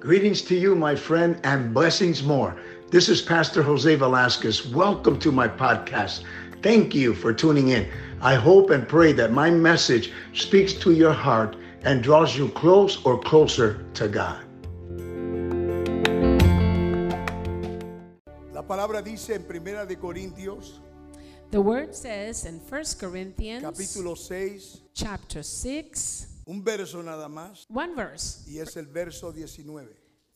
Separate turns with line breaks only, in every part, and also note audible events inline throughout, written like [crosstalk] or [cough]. Greetings to you, my friend, and blessings more. This is Pastor Jose Velasquez. Welcome to my podcast. Thank you for tuning in. I hope and pray that my message speaks to your heart and draws you close or closer to God.
La palabra dice en Primera de Corintios,
The word says in 1 Corinthians
capítulo 6,
chapter 6,
un verso nada más,
one verse,
y es el verso 19.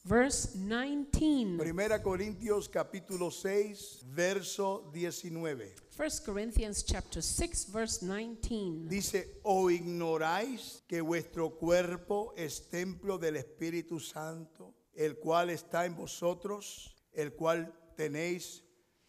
verse 19.
Primera Corintios capítulo 6, verso 19.
1 Corinthians chapter 6 verse 19.
Dice, ¿o ignoráis que vuestro cuerpo es templo del Espíritu Santo, el cual está en vosotros, el cual tenéis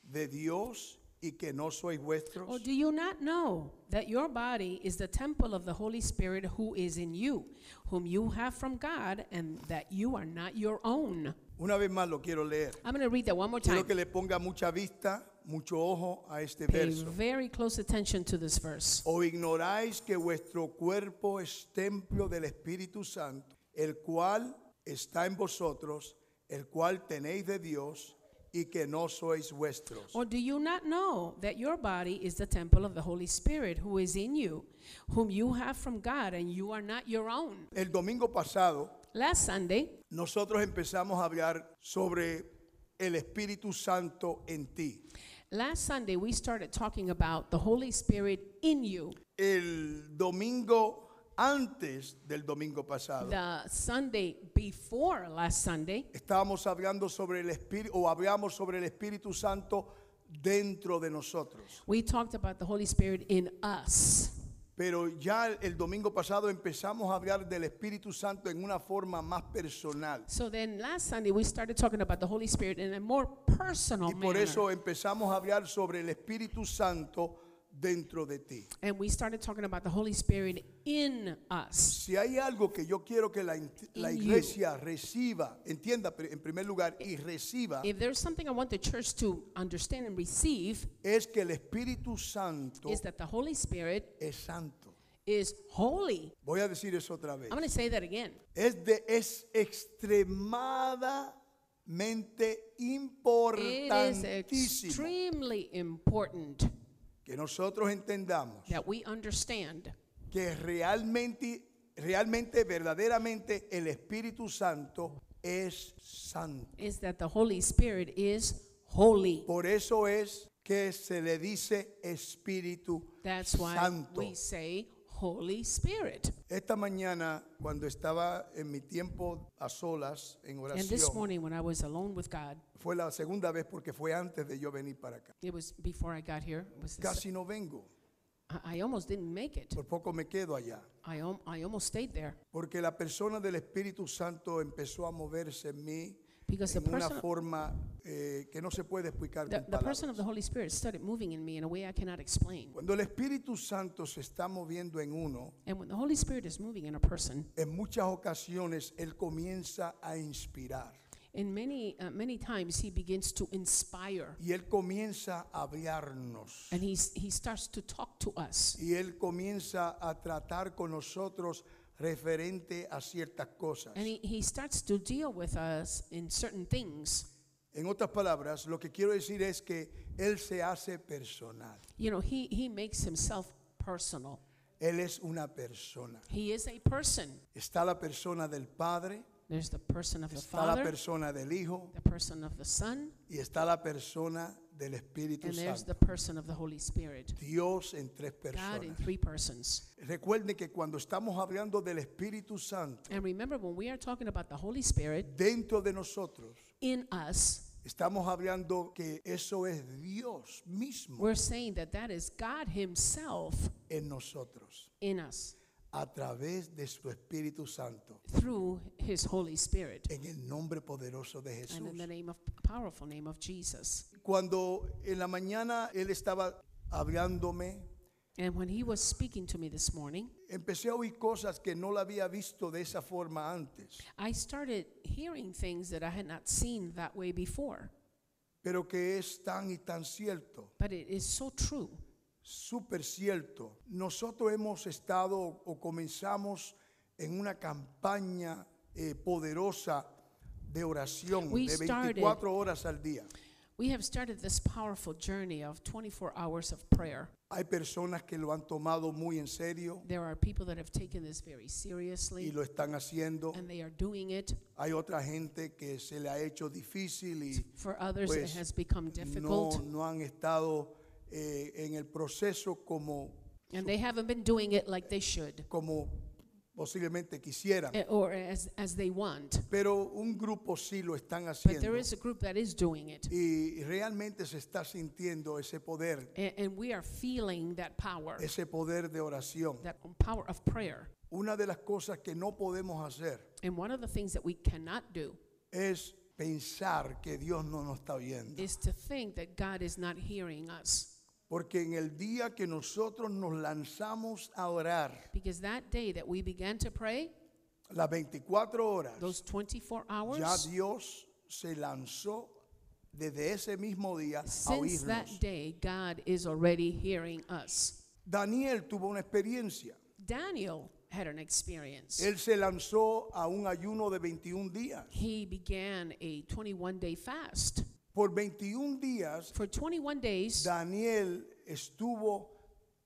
de Dios y que no sois
Or
vuestros?
Oh, do you not know that your body is the temple of the Holy Spirit who is in you, whom you have from God, and that you are not your own?
Una vez más lo quiero leer.
I'm going to read that one more
Quiero
time.
que le ponga mucha vista, mucho ojo a este
Pay
verso.
very close attention to this verse.
¿O ignoráis que vuestro cuerpo es templo del Espíritu Santo, el cual está en vosotros, el cual tenéis de Dios y que no sois vuestros?
Or do you not know that your body is the temple of the Holy Spirit who is in you, whom you have from God, and you are not your own?
El domingo pasado
Last Sunday,
nosotros empezamos a hablar sobre el Espíritu Santo en ti.
last Sunday we started talking about the Holy Spirit in you.
El domingo antes del domingo pasado
The Sunday before last Sunday,
estábamos hablando sobre el Espíritu o hablamos sobre el Espíritu Santo dentro de nosotros.
we talked about the Holy Spirit in us.
Pero ya el- el domingo pasado empezamos a hablar del Espíritu Santo en una forma más personal.
So then last Sunday we started talking about the Holy Spirit in a more personal
Y por
manner.
eso empezamos a hablar sobre el Espíritu Santo dentro de ti.
and we started talking about the Holy Spirit in us.
Si hay algo que yo quiero que la, in- la
In you.
iglesia reciba, entienda pri- en primer lugar y reciba,
If there's something I want the church to understand and receive,
es que el Espíritu Santo
is that the Holy Spirit
es santo.
is holy.
Voy a decir eso otra vez.
I'm going to say that again.
Es, de, es extremadamente
It is
importantísimo.
extremely important
que nosotros entendamos
that we understand
que realmente, realmente, verdaderamente el Espíritu Santo es santo.
is that the Holy Spirit is holy.
Por eso es que se le dice Espíritu
That's why
Santo.
we say Holy Spirit.
Esta mañana, cuando estaba en mi tiempo a solas en
And this
oración,
morning when I was alone with God,
fue la segunda vez porque fue antes de yo venir para acá.
it was before I got here. It was this,
Casi no vengo,
I, I almost didn't make it.
por poco me quedo allá.
I, al- I almost stayed there
Porque la persona del Espíritu Santo empezó a moverse en mí
because the
en una
person
forma eh, que no se puede explicar
The,
con
the person of
palabras.
the Holy Spirit started moving in me in a way I cannot explain.
Cuando el Espíritu Santo se está moviendo en uno,
And when the Holy Spirit is moving in a person,
en muchas ocasiones él comienza a inspirar
in many uh, many times he begins to inspire,
y él comienza a hablarnos
and he's, he starts to talk to us,
y él comienza a tratar con nosotros referente a ciertas cosas.
and he, he starts to deal with us in certain things.
En otras palabras, lo que quiero decir es que él se hace personal.
You know, he he makes himself personal.
Él es una persona.
He is a person.
Está la persona del Padre,
There's the person of the
está la
Father,
persona del Hijo
the person of the Son,
y está la persona del Espíritu
and there's the
Santo.
person of the Holy Spirit.
Dios en tres
God in
personas.
three persons.
Recuerden que cuando estamos hablando del Espíritu Santo
And remember, when we are talking about the Holy Spirit
dentro de nosotros,
in us,
estamos hablando que eso es Dios mismo
We're saying that that is God Himself
en nosotros,
in us
a través de su Espíritu Santo,
through His Holy Spirit.
en el nombre poderoso de
And in the
Jesús.
name of powerful name of Jesus.
Cuando en la mañana Él estaba hablándome,
And when He was speaking to me this morning,
empecé a oír cosas que no la había visto de esa forma antes,
I started hearing things that I had not seen that way before.
pero que es tan y tan cierto.
But it is so true.
Súper cierto. Nosotros hemos estado o comenzamos en una campaña eh, poderosa de oración
We
de
started-
24 horas al día.
We have started this powerful journey of 24 hours of prayer.
Hay personas que lo han tomado muy en serio
There are people that have taken this very
y
seriously
lo están haciendo.
and they are doing it.
Hay otra gente que se le ha hecho difícil y
For others, it
Pues,
has become
no,
difficult
no han estado eh, en el proceso como,
and they haven't been doing it like they should
como posiblemente quisieran.
eh, or as, as they want.
Pero un grupo sí lo están
But there
haciendo
is a group that is doing it.
y realmente se está sintiendo ese poder,
A- And we are feeling that power,
ese poder de oración.
that power of prayer.
Una de las cosas que no podemos hacer
And one of the things that we cannot do
es pensar que Dios no nos está viendo.
is to think that God is not hearing us.
Porque en el día que nosotros nos lanzamos a orar,
Because that day that we began to pray,
las 24 horas,
those 24
ya
hours,
Dios se lanzó desde ese mismo día a
since that
oírnos.
day, God is already hearing us.
Daniel tuvo una experiencia.
Daniel had an experience.
Él se lanzó a un ayuno de 21 días.
He began a 21 day fast.
Por 21 días,
For 21 days,
Daniel estuvo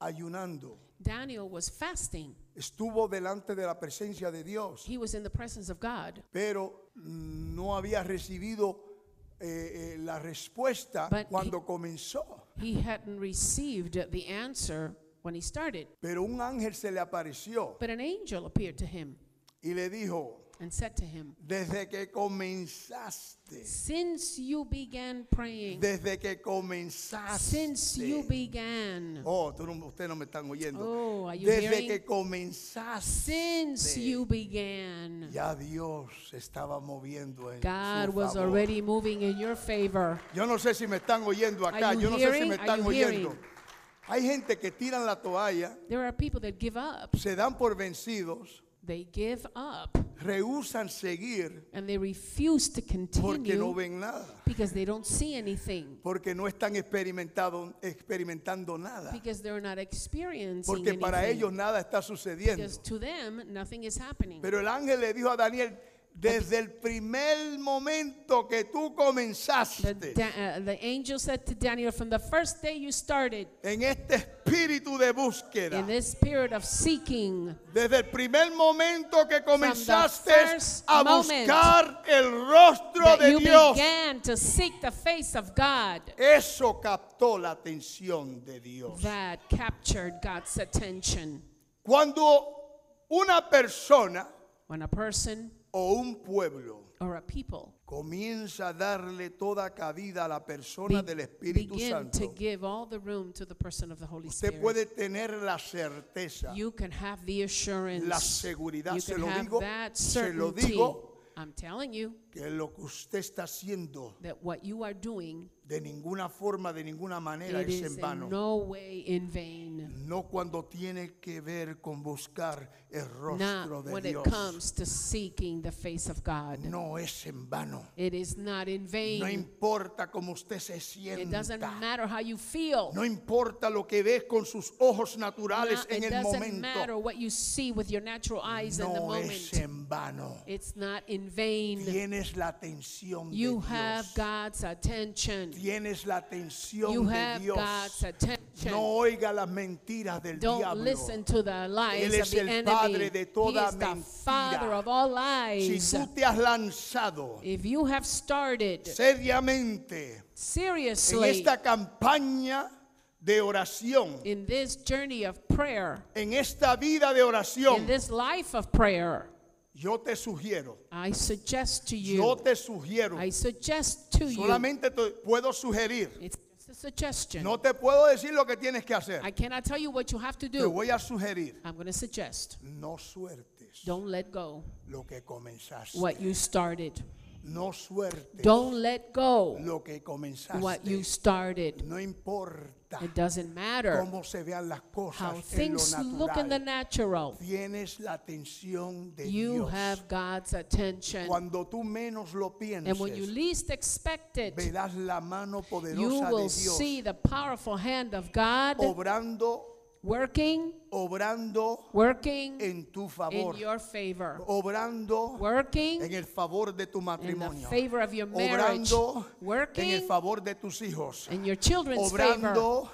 ayunando.
Daniel was fasting.
Estuvo delante de la presencia de Dios.
He was in the presence of God,
pero no había recibido eh, eh, la respuesta
But he-
cuando comenzó.
he hadn't received the answer when he started.
Pero un ángel se le apareció
But an angel appeared to him
y le dijo,
and said to him,
desde que comenzaste,
Since you began praying,
desde que comenzaste,
since you began,
oh, tú no- ustedes no me están oyendo,
Oh, are you
desde
hearing?
que comenzaste,
since you began,
ya Dios se estaba moviendo en
God
su
was
favor.
already moving in your favor.
Yo no sé si me están oyendo acá,
you
yo no sé si
hearing?
me
Are
están
you
oyendo.
hearing?
Hay gente que tiran la toalla.
There are people that give up.
se dan por vencidos,
They give up
rehusan seguir
and they refuse to
porque no
continue
ven nada,
because they don't see anything,
porque no están experimentado, experimentando nada,
because they're not experiencing
porque para ellos
anything.
nada está sucediendo.
Because to them, nothing is happening.
Pero el ángel le dijo a Daniel, desde el primer momento que tú
The,
comenzaste
da- uh, the angel said to Daniel, From the first day you started
en este espíritu de búsqueda,
in this spirit of seeking,
desde el primer momento que comenzaste
first
a
moment
buscar el rostro
that
de
you
Dios,
began to seek the face of God,
eso captó la atención de Dios.
that captured God's attention.
Cuando una persona
When a person
o un pueblo
or a people
comienza a darle toda cabida a la persona del
be-
Espíritu
begin to
Santo,
give all the room to the person of the Holy
usted
Spirit,
puede tener la certeza,
you can have the assurance,
la seguridad,
you
se
can
lo
have
digo,
that
se lo
certainty.
digo.
I'm telling you
que lo que usted está haciendo
that what you are doing
de ninguna forma, de ninguna manera
it
es
is
en
in
vano.
no way in vain.
No cuando tiene que ver con buscar el rostro
Not
de
when it
Dios.
comes to seeking the face of God.
No es en vano.
It is not in
No
vain.
importa cómo usted se
It doesn't
sienta.
matter how you feel.
No importa lo que ves con sus ojos naturales
Not-
en
it
el
doesn't matter
momento.
what you see with your natural eyes in the
No es
moment.
en vano.
It's not in vain.
Tienes la atención de
You have
Dios.
God's attention.
Tienes la atención
You
de
have
Dios.
God's
No
attention.
oiga las mentiras del
Don't
diablo.
listen to the lies
Él
of
es
the
el
enemy. He
padre de toda
is the father
mentira.
of all
Si
lies.
tú te has lanzado
If you have started
seriamente en
seriously
esta campaña de oración,
in this journey of prayer,
en esta vida de
in
oración,
this life of prayer,
yo te sugiero,
I suggest to
yo
you,
te sugiero,
I suggest to you,
solamente te puedo sugerir.
it's just a suggestion.
No te puedo decir lo que tienes que hacer.
I cannot tell you what you have to
Te
do.
voy a sugerir.
I'm going to suggest
No suertes
don't let go
lo que comenzaste.
what you started.
No suertes
Don't let go
lo que
what you
comenzaste.
started.
No importa
It doesn't matter
cómo se vean las
how
cosas en lo
things look in the
natural.
natural.
Tienes la atención de
You
Dios.
have God's attention.
Cuando tú menos lo
And when you
pienses,
least expect it,
verás la mano
you
poderosa de
will
Dios
see the powerful hand of God
obrando
working,
obrando
working
en tu
in
favor,
your favor,
obrando
working
en el favor de tu
in the
matrimonio,
favor of your marriage,
obrando en el
working
favor de tus hijos,
in your children's favor,
obrando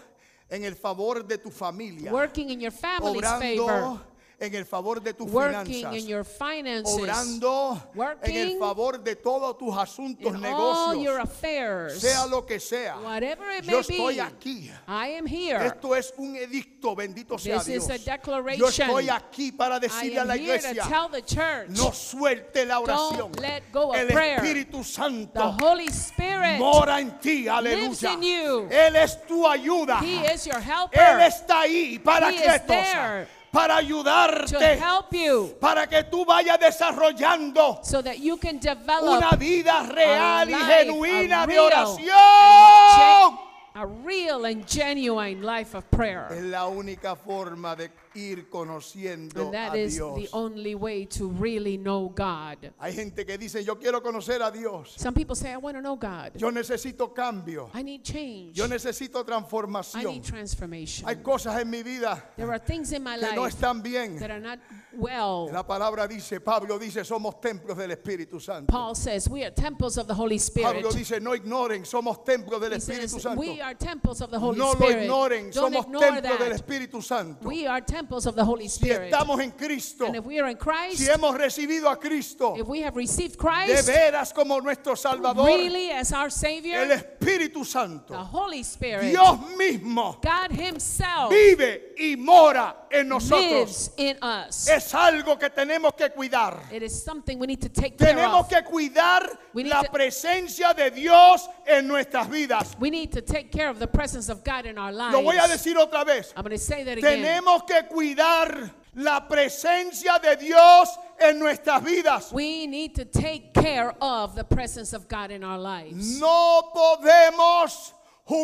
en el favor de tu familia,
working in your family's favor,
obrando en el favor de tus
working in
finanzas,
your finances,
obrando en el
working
favor de todos tus asuntos,
in all your
negocios,
affairs,
sea lo que sea.
whatever it
Yo
may
estoy
be.
aquí.
I am here.
Esto es un edicto, bendito sea
This
Dios.
is a declaration.
Yo estoy aquí para
I
decirle a
am
la
here to
iglesia,
tell the church,
no suelte la oración.
Don't let go of
El
prayer.
Espíritu
the
Santo
Holy Spirit,
mora en ti, aleluya.
in you.
Él es tu ayuda.
He is your
Él
helper
está ahí, paracletos,
there
para
to
ayudarte,
help you
para que tú vayas desarrollando
so that you can
una
develop
vida real y
life, a
genuina de
real
oración.
a real and genuine life of
Es
prayer.
la única forma de ir conociendo
And that
a
is
Dios.
the only way to really know God.
Hay gente que dice, yo quiero conocer a Dios.
Some people say, I want to know God.
Yo necesito cambio.
I need change.
Yo necesito
I
transformación.
need transformation.
Hay cosas en mi vida
There are things in my
que no
life
están bien.
that are not well.
La palabra dice, Pablo dice, somos templos del Espíritu Santo.
Paul says, We are temples of the Holy Spirit.
Pablo dice, no ignoren, somos templos del
He
Espíritu
says,
Santo.
We are temples of the Holy
No lo
Spirit.
ignoren,
Don't
somos
ignore
templos del
that.
Espíritu Santo.
We are temples of the Holy
Si
Spirit.
estamos en Cristo,
And if we are in Christ,
si hemos recibido a Cristo
if we have received
de
Christ
veras como nuestro Salvador,
really as our Savior,
el Espíritu
the
Santo,
Holy Spirit,
Dios mismo,
God Himself,
vive y mora en nosotros.
lives in us.
Es algo que tenemos que cuidar.
It is something we need to take care
Tenemos
of.
que cuidar
We need
la
to-
presencia de Dios en nuestras vidas.
We need to take care of the presence of God in our lives.
Lo voy a decir otra vez.
I'm going to say that again.
Tenemos que cuidar la presencia de Dios en nuestras vidas.
We need to take care of the presence of God in our lives.
No podemos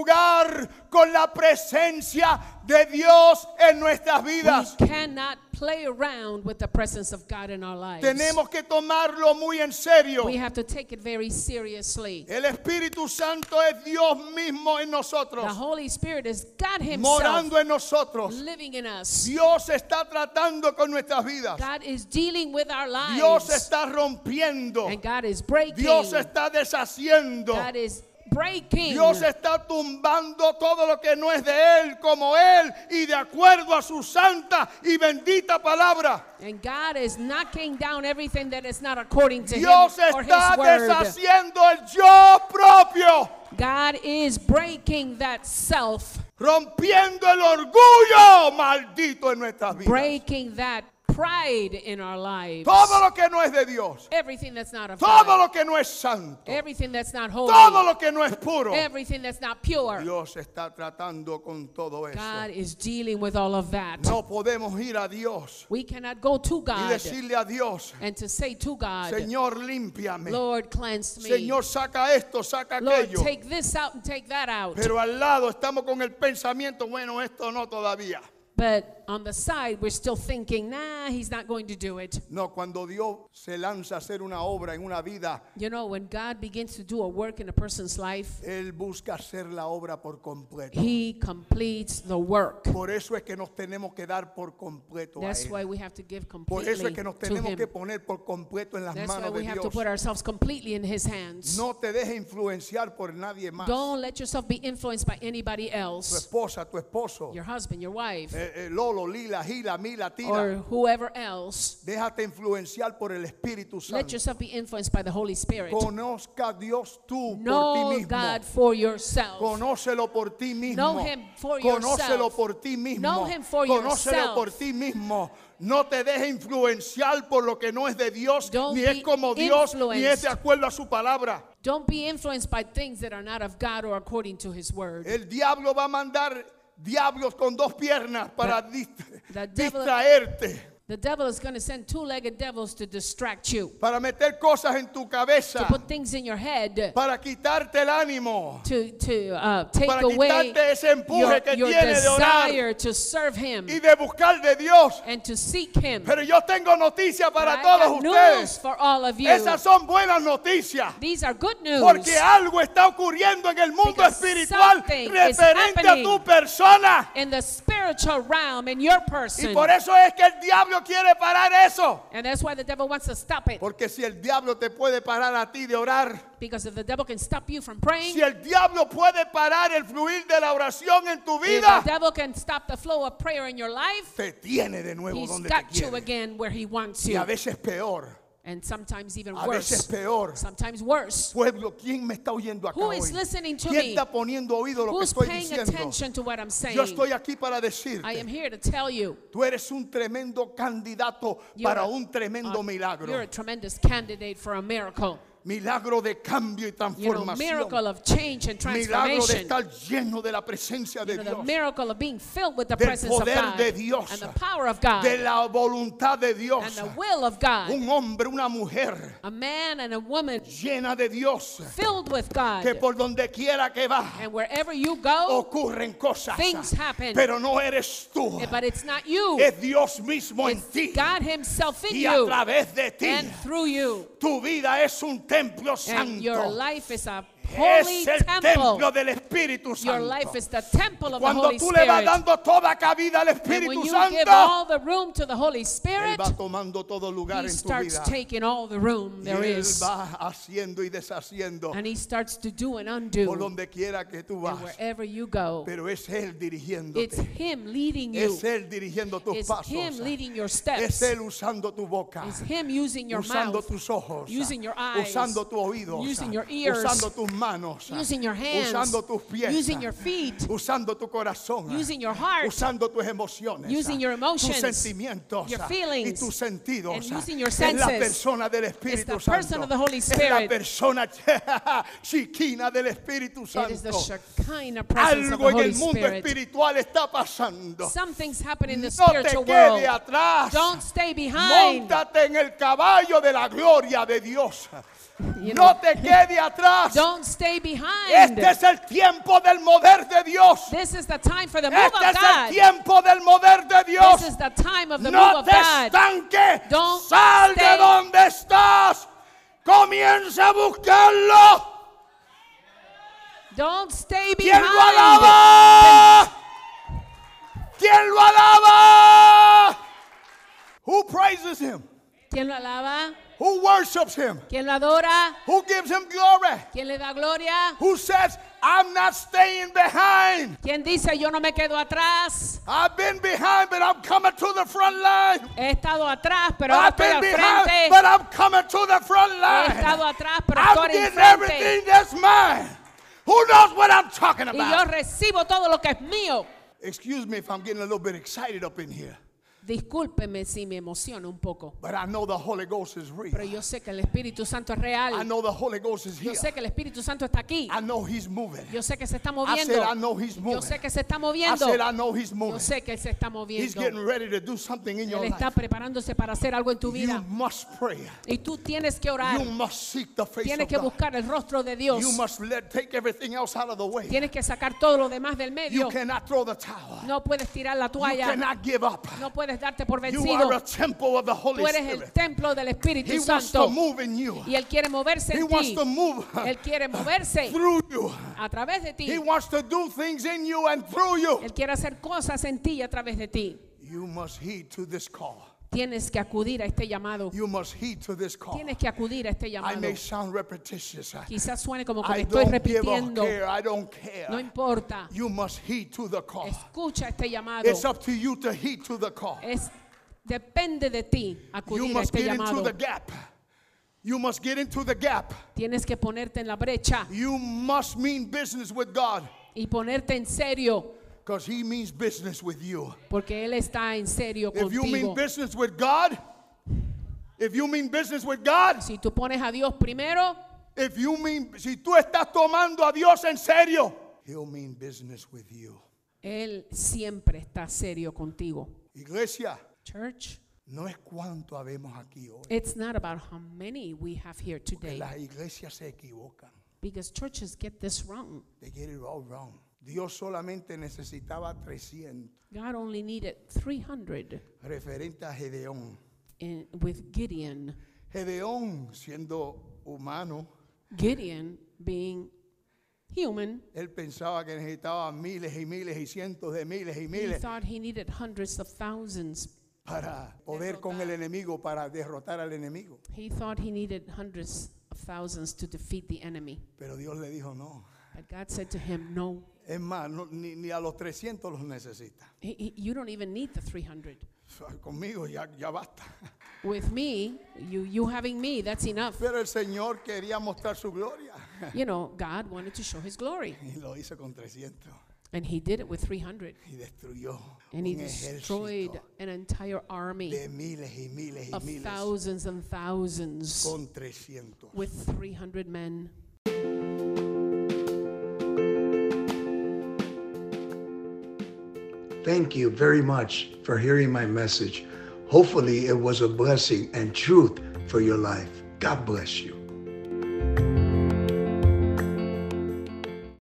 jugar con la presencia de Dios en nuestras vidas.
We cannot play around with the presence of God in our lives.
Tenemos que tomarlo muy en serio.
we have to take it very seriously.
El Espíritu Santo es Dios mismo en
The
nosotros,
Holy Spirit is God Himself
morando en nosotros.
living in us.
Dios está tratando con nuestras vidas.
God is dealing with our lives.
Dios está rompiendo.
and God is breaking.
Dios está deshaciendo.
God is breaking.
Dios está tumbando todo lo que no es de Él, como Él, y de acuerdo a su santa y bendita palabra.
and God is knocking down everything that is not according to
Dios
Him or
está
His word.
deshaciendo el yo propio,
God is breaking that self,
rompiendo el orgullo maldito en nuestras vidas.
breaking that pride in our lives.
Todo lo que no es de Dios,
everything that's not of
todo
God.
lo que no es santo,
Everything that's not holy.
todo lo que no es puro,
Everything that's not pure.
Dios está tratando con todo eso.
God is dealing with all of that.
No podemos ir a Dios
We cannot go to
y
God
decirle a Dios,
and to say to God,
Señor, límpiame.
Lord, cleanse me.
Señor, saca esto, saca
Lord,
aquello.
take this out and take that out.
Pero al lado estamos con el pensamiento, bueno, esto no todavía.
but on the side, we're still thinking, nah, he's not going to do it.
No, cuando Dios se lanza a hacer una obra en una vida,
You know, when God begins to do a work in a person's life,
Él busca hacer la obra por completo.
he completes the work.
Por eso es que nos tenemos que dar por completo a
That's
Él.
why we have to give
Por eso
completely
es que nos
to
tenemos
him.
que poner por completo en las
That's why
manos de
we have to put
Dios.
ourselves completely in his hands.
No te dejes influenciar por nadie más. Tu
Don't let yourself be influenced by anybody else.
esposa, tu esposo,
Your husband, your wife,
eh, eh, Lolo, Lila, Gila, Mila,
or
Tina.
whoever else.
Déjate influenciar por el Espíritu
Let
Santo.
yourself be influenced by the Holy Spirit.
Conozca a Dios tú por ti
Know
mismo.
God for yourself.
Conócelo por ti mismo.
Know him for
Conócelo
yourself.
por ti mismo.
Know him for
Conócelo
yourself.
por ti mismo. No te dejes influenciar por lo que no es de Dios,
Don't
ni
be
es como Dios, ni es de
influenced.
acuerdo a su palabra.
Don't be influenced by things that are not of God or according to his word.
El diablo va a mandar diablos con dos piernas para dist-
the devil-
distraerte,
The devil is going to send two legged devils to distract you,
para meter cosas en tu
to
cabeza,
put things in your head,
para quitarte el ánimo.
to, to uh, take
Para
away
quitarte ese empuje
your,
que
your
tiene de orar.
desire to serve him
y de buscar de Dios.
and to seek him.
Pero yo tengo noticias
But
para
I
todos
got news
ustedes.
for all of you.
Esas son buenas noticias.
These are good news.
Porque algo está ocurriendo en el mundo
Because
espiritual
something is
referente a
happening
tu persona.
in the spiritual realm, in your
Y
person.
por eso es que el diablo quiere parar eso.
And that's why the devil wants to stop it.
Porque si el diablo te puede parar a ti de orar,
Because if the devil can stop you from praying,
si el diablo puede parar el fluir de la oración en tu
if the
vida,
devil can stop the flow of prayer in your life,
te tiene de nuevo
he's
donde te
got you
quiere.
again where he wants
Y
you.
a veces peor,
And sometimes even
a veces
worse.
peor.
Sometimes worse.
Pueblo, ¿quién me está oyendo acá
Who
hoy?
is listening to
¿Quién
me?
está poniendo oído lo que
Who's
estoy
paying
diciendo?
attention to what I'm
Yo
saying?
estoy aquí para
I am
decirte,
here to tell you.
tú eres un tremendo candidato
you're
para
a-
un tremendo
a-
milagro.
You're a tremendous candidate for a miracle.
Milagro de cambio y
You know,
transformación.
miracle of change and
Milagro de
transformation.
estar lleno de la presencia de
You know, the
Dios.
miracle of being filled with the
Del
presence of
poder
God
de Dios.
and the power of God
de la voluntad de Dios.
and the will of God.
Un hombre, una mujer
a man and a woman
llena de Dios,
filled with God.
que por Oh, donde quiera que va
and wherever you go,
ocurren cosas.
things happen.
Pero no eres tú,
eh, but it's not you,
es Dios mismo en ti
it's God Himself in
y a
you
través de ti.
and through you.
Tu vida es un templo
And your
santo.
life is a holy
Es el
temple.
templo del Espíritu
Your
Santo.
life is the temple of the
Cuando
Holy
tú le vas
Spirit.
dando toda cabida al
And when
Espíritu
you give all
Santo,
the room to the Holy
él
Spirit,
va tomando todo lugar
He
en tu
starts
vida.
taking all the room there
y él
is.
va haciendo y deshaciendo
And He starts to do and
por
undo.
donde quiera que tú vas.
And wherever you go,
Pero es Él
it's
dirigiéndote.
Him leading you,
Es Él dirigiendo tus
it's
pasos.
Him leading your
Es
steps,
Él usando tu boca.
it's Him using your
usando
mouth.
tus ojos.
using your eyes,
usando tus oídos.
using your ears,
usando tus manos.
using your hands,
usando tus pies.
using your feet,
usando tu corazón.
using your heart,
usando tus emociones.
using your emotions,
tus sentimientos.
your
y
feelings,
tus sentidos.
and using your
Es la
senses.
persona del Espíritu
the person
Santo.
of the Holy
Es la
Spirit.
persona [laughs] chiquina del Espíritu
It
Santo.
is the Shekinah presence
Algo
of the
en
Holy
el mundo
Spirit.
espiritual está pasando.
Something's happening in the
No te
spiritual
quede
world.
atrás.
Don't stay behind.
Móntate en el caballo de la gloria de Dios.
You
No
know,
te quede atrás.
Don't stay behind.
Este es el tiempo del mover de Dios.
This is the time for the move of
Este es el
God.
tiempo del mover de
This
Dios.
is the time of the move
No
of
te
God.
estanque.
Don't
Sal de
stay.
donde estás. Comienza a buscarlo.
Don't stay
¿Quién lo
behind.
alaba? ¿Quién lo alaba? Who praises him?
¿Quién lo alaba?
Who worships him?
¿Quién lo adora?
Who gives him glory?
¿Quién le da gloria?
Who says, I'm not staying behind?
¿Quién dice yo no me quedo atrás?
I've been behind, but I'm coming to the front line.
He estado atrás, pero ahora
I've
estoy
been
al
behind,
frente.
but I'm coming to the front
He
line.
estado atrás, pero
I'm
estoy en
getting
frente.
everything that's mine. Who knows what I'm talking
Y yo
about?
recibo todo lo que es mío.
Excuse me if I'm getting a little bit excited up in here,
Discúlpeme si me emociono un poco,
but I know the Holy Ghost is
pero
real.
yo sé que el Espíritu Santo es
I
real.
know the Holy Ghost is
Yo
here.
sé que el Espíritu Santo está aquí.
I know He's moving.
Yo sé que se está
I said,
moviendo.
I know He's
Yo
moving.
sé que se está
I
moviendo.
said, I know He's
Yo
moving.
sé que él se está
He's
moviendo.
getting ready to do something in your
Él está
life.
preparándose para hacer algo en tu
You
vida.
must pray.
Y tú tienes que orar.
You must seek the face
Tienes
of
que
God.
buscar el rostro de Dios.
You must let take everything else out of the way.
Tienes que sacar todo lo demás del medio.
You cannot throw the towel.
No puedes tirar la
You
toalla.
cannot give up.
No puedes darte por
You
vencido.
are a temple of the Holy
Tú eres el
Spirit.
templo del Espíritu
He wants to
Santo.
move in you.
Y Él quiere moverse
He
en
wants
ti.
to move
Él quiere moverse
through you.
a través de ti.
He wants to do things in you and through you.
Él quiere hacer cosas en ti y a través de ti.
You must heed to this call.
Tienes que acudir a este llamado.
You must heed to this call.
Tienes que acudir a este
I
llamado.
may sound repetitious. I-
Quizás suene como que me
I
estoy
don't give a
repitiendo.
care. I don't
No
care.
importa.
You must heed to the call.
Escucha este llamado.
It's up to you to heed to the call.
Es, depende de ti
You
acudir a
must
este
get into
llamado.
the gap. You must get into the gap.
Tienes que ponerte en la brecha
You must mean business with God
y ponerte en serio.
because He means business with you.
Porque Él está en serio
If you mean
contigo.
business with God, if you mean business with God,
Si tú pones a Dios primero,
if you mean, si tú estás tomando a Dios en serio, He'll mean business with you.
Él siempre está serio contigo.
Iglesia,
Church,
no es cuánto habemos aquí hoy.
it's not about how many we have here
Que
today.
las iglesias se equivocan.
Because churches get this wrong.
They get it all wrong. Dios solamente necesitaba 300
God only needed 300
referente a Gedeón.
in, with Gideon.
Gedeón, siendo humano,
Gideon being human.
Él pensaba que necesitaba miles y miles y cientos de miles y
He
miles
thought he needed hundreds of thousands.
para poder con el enemigo, para derrotar al enemigo.
He thought he needed hundreds of thousands to defeat the enemy.
Pero Dios le dijo no.
But God said to him, No,
Es más, no- ni, ni a los 300 los necesita. [laughs]
he- he- you don't even need the 300.
Conmigo ya, ya basta. [laughs]
With me, you, you having me, that's enough.
Pero el Señor quería mostrar su gloria [laughs]
You know, God wanted to show his glory,
y lo hizo con 300
and he did it with 300.
y destruyó
And he
un
destroyed
ejército
an entire army
de miles y miles y
of
miles
thousands and thousands
con 300.
with 300 men.
Thank you very much for hearing my message. Hopefully, it was a blessing and truth for your life. God bless you.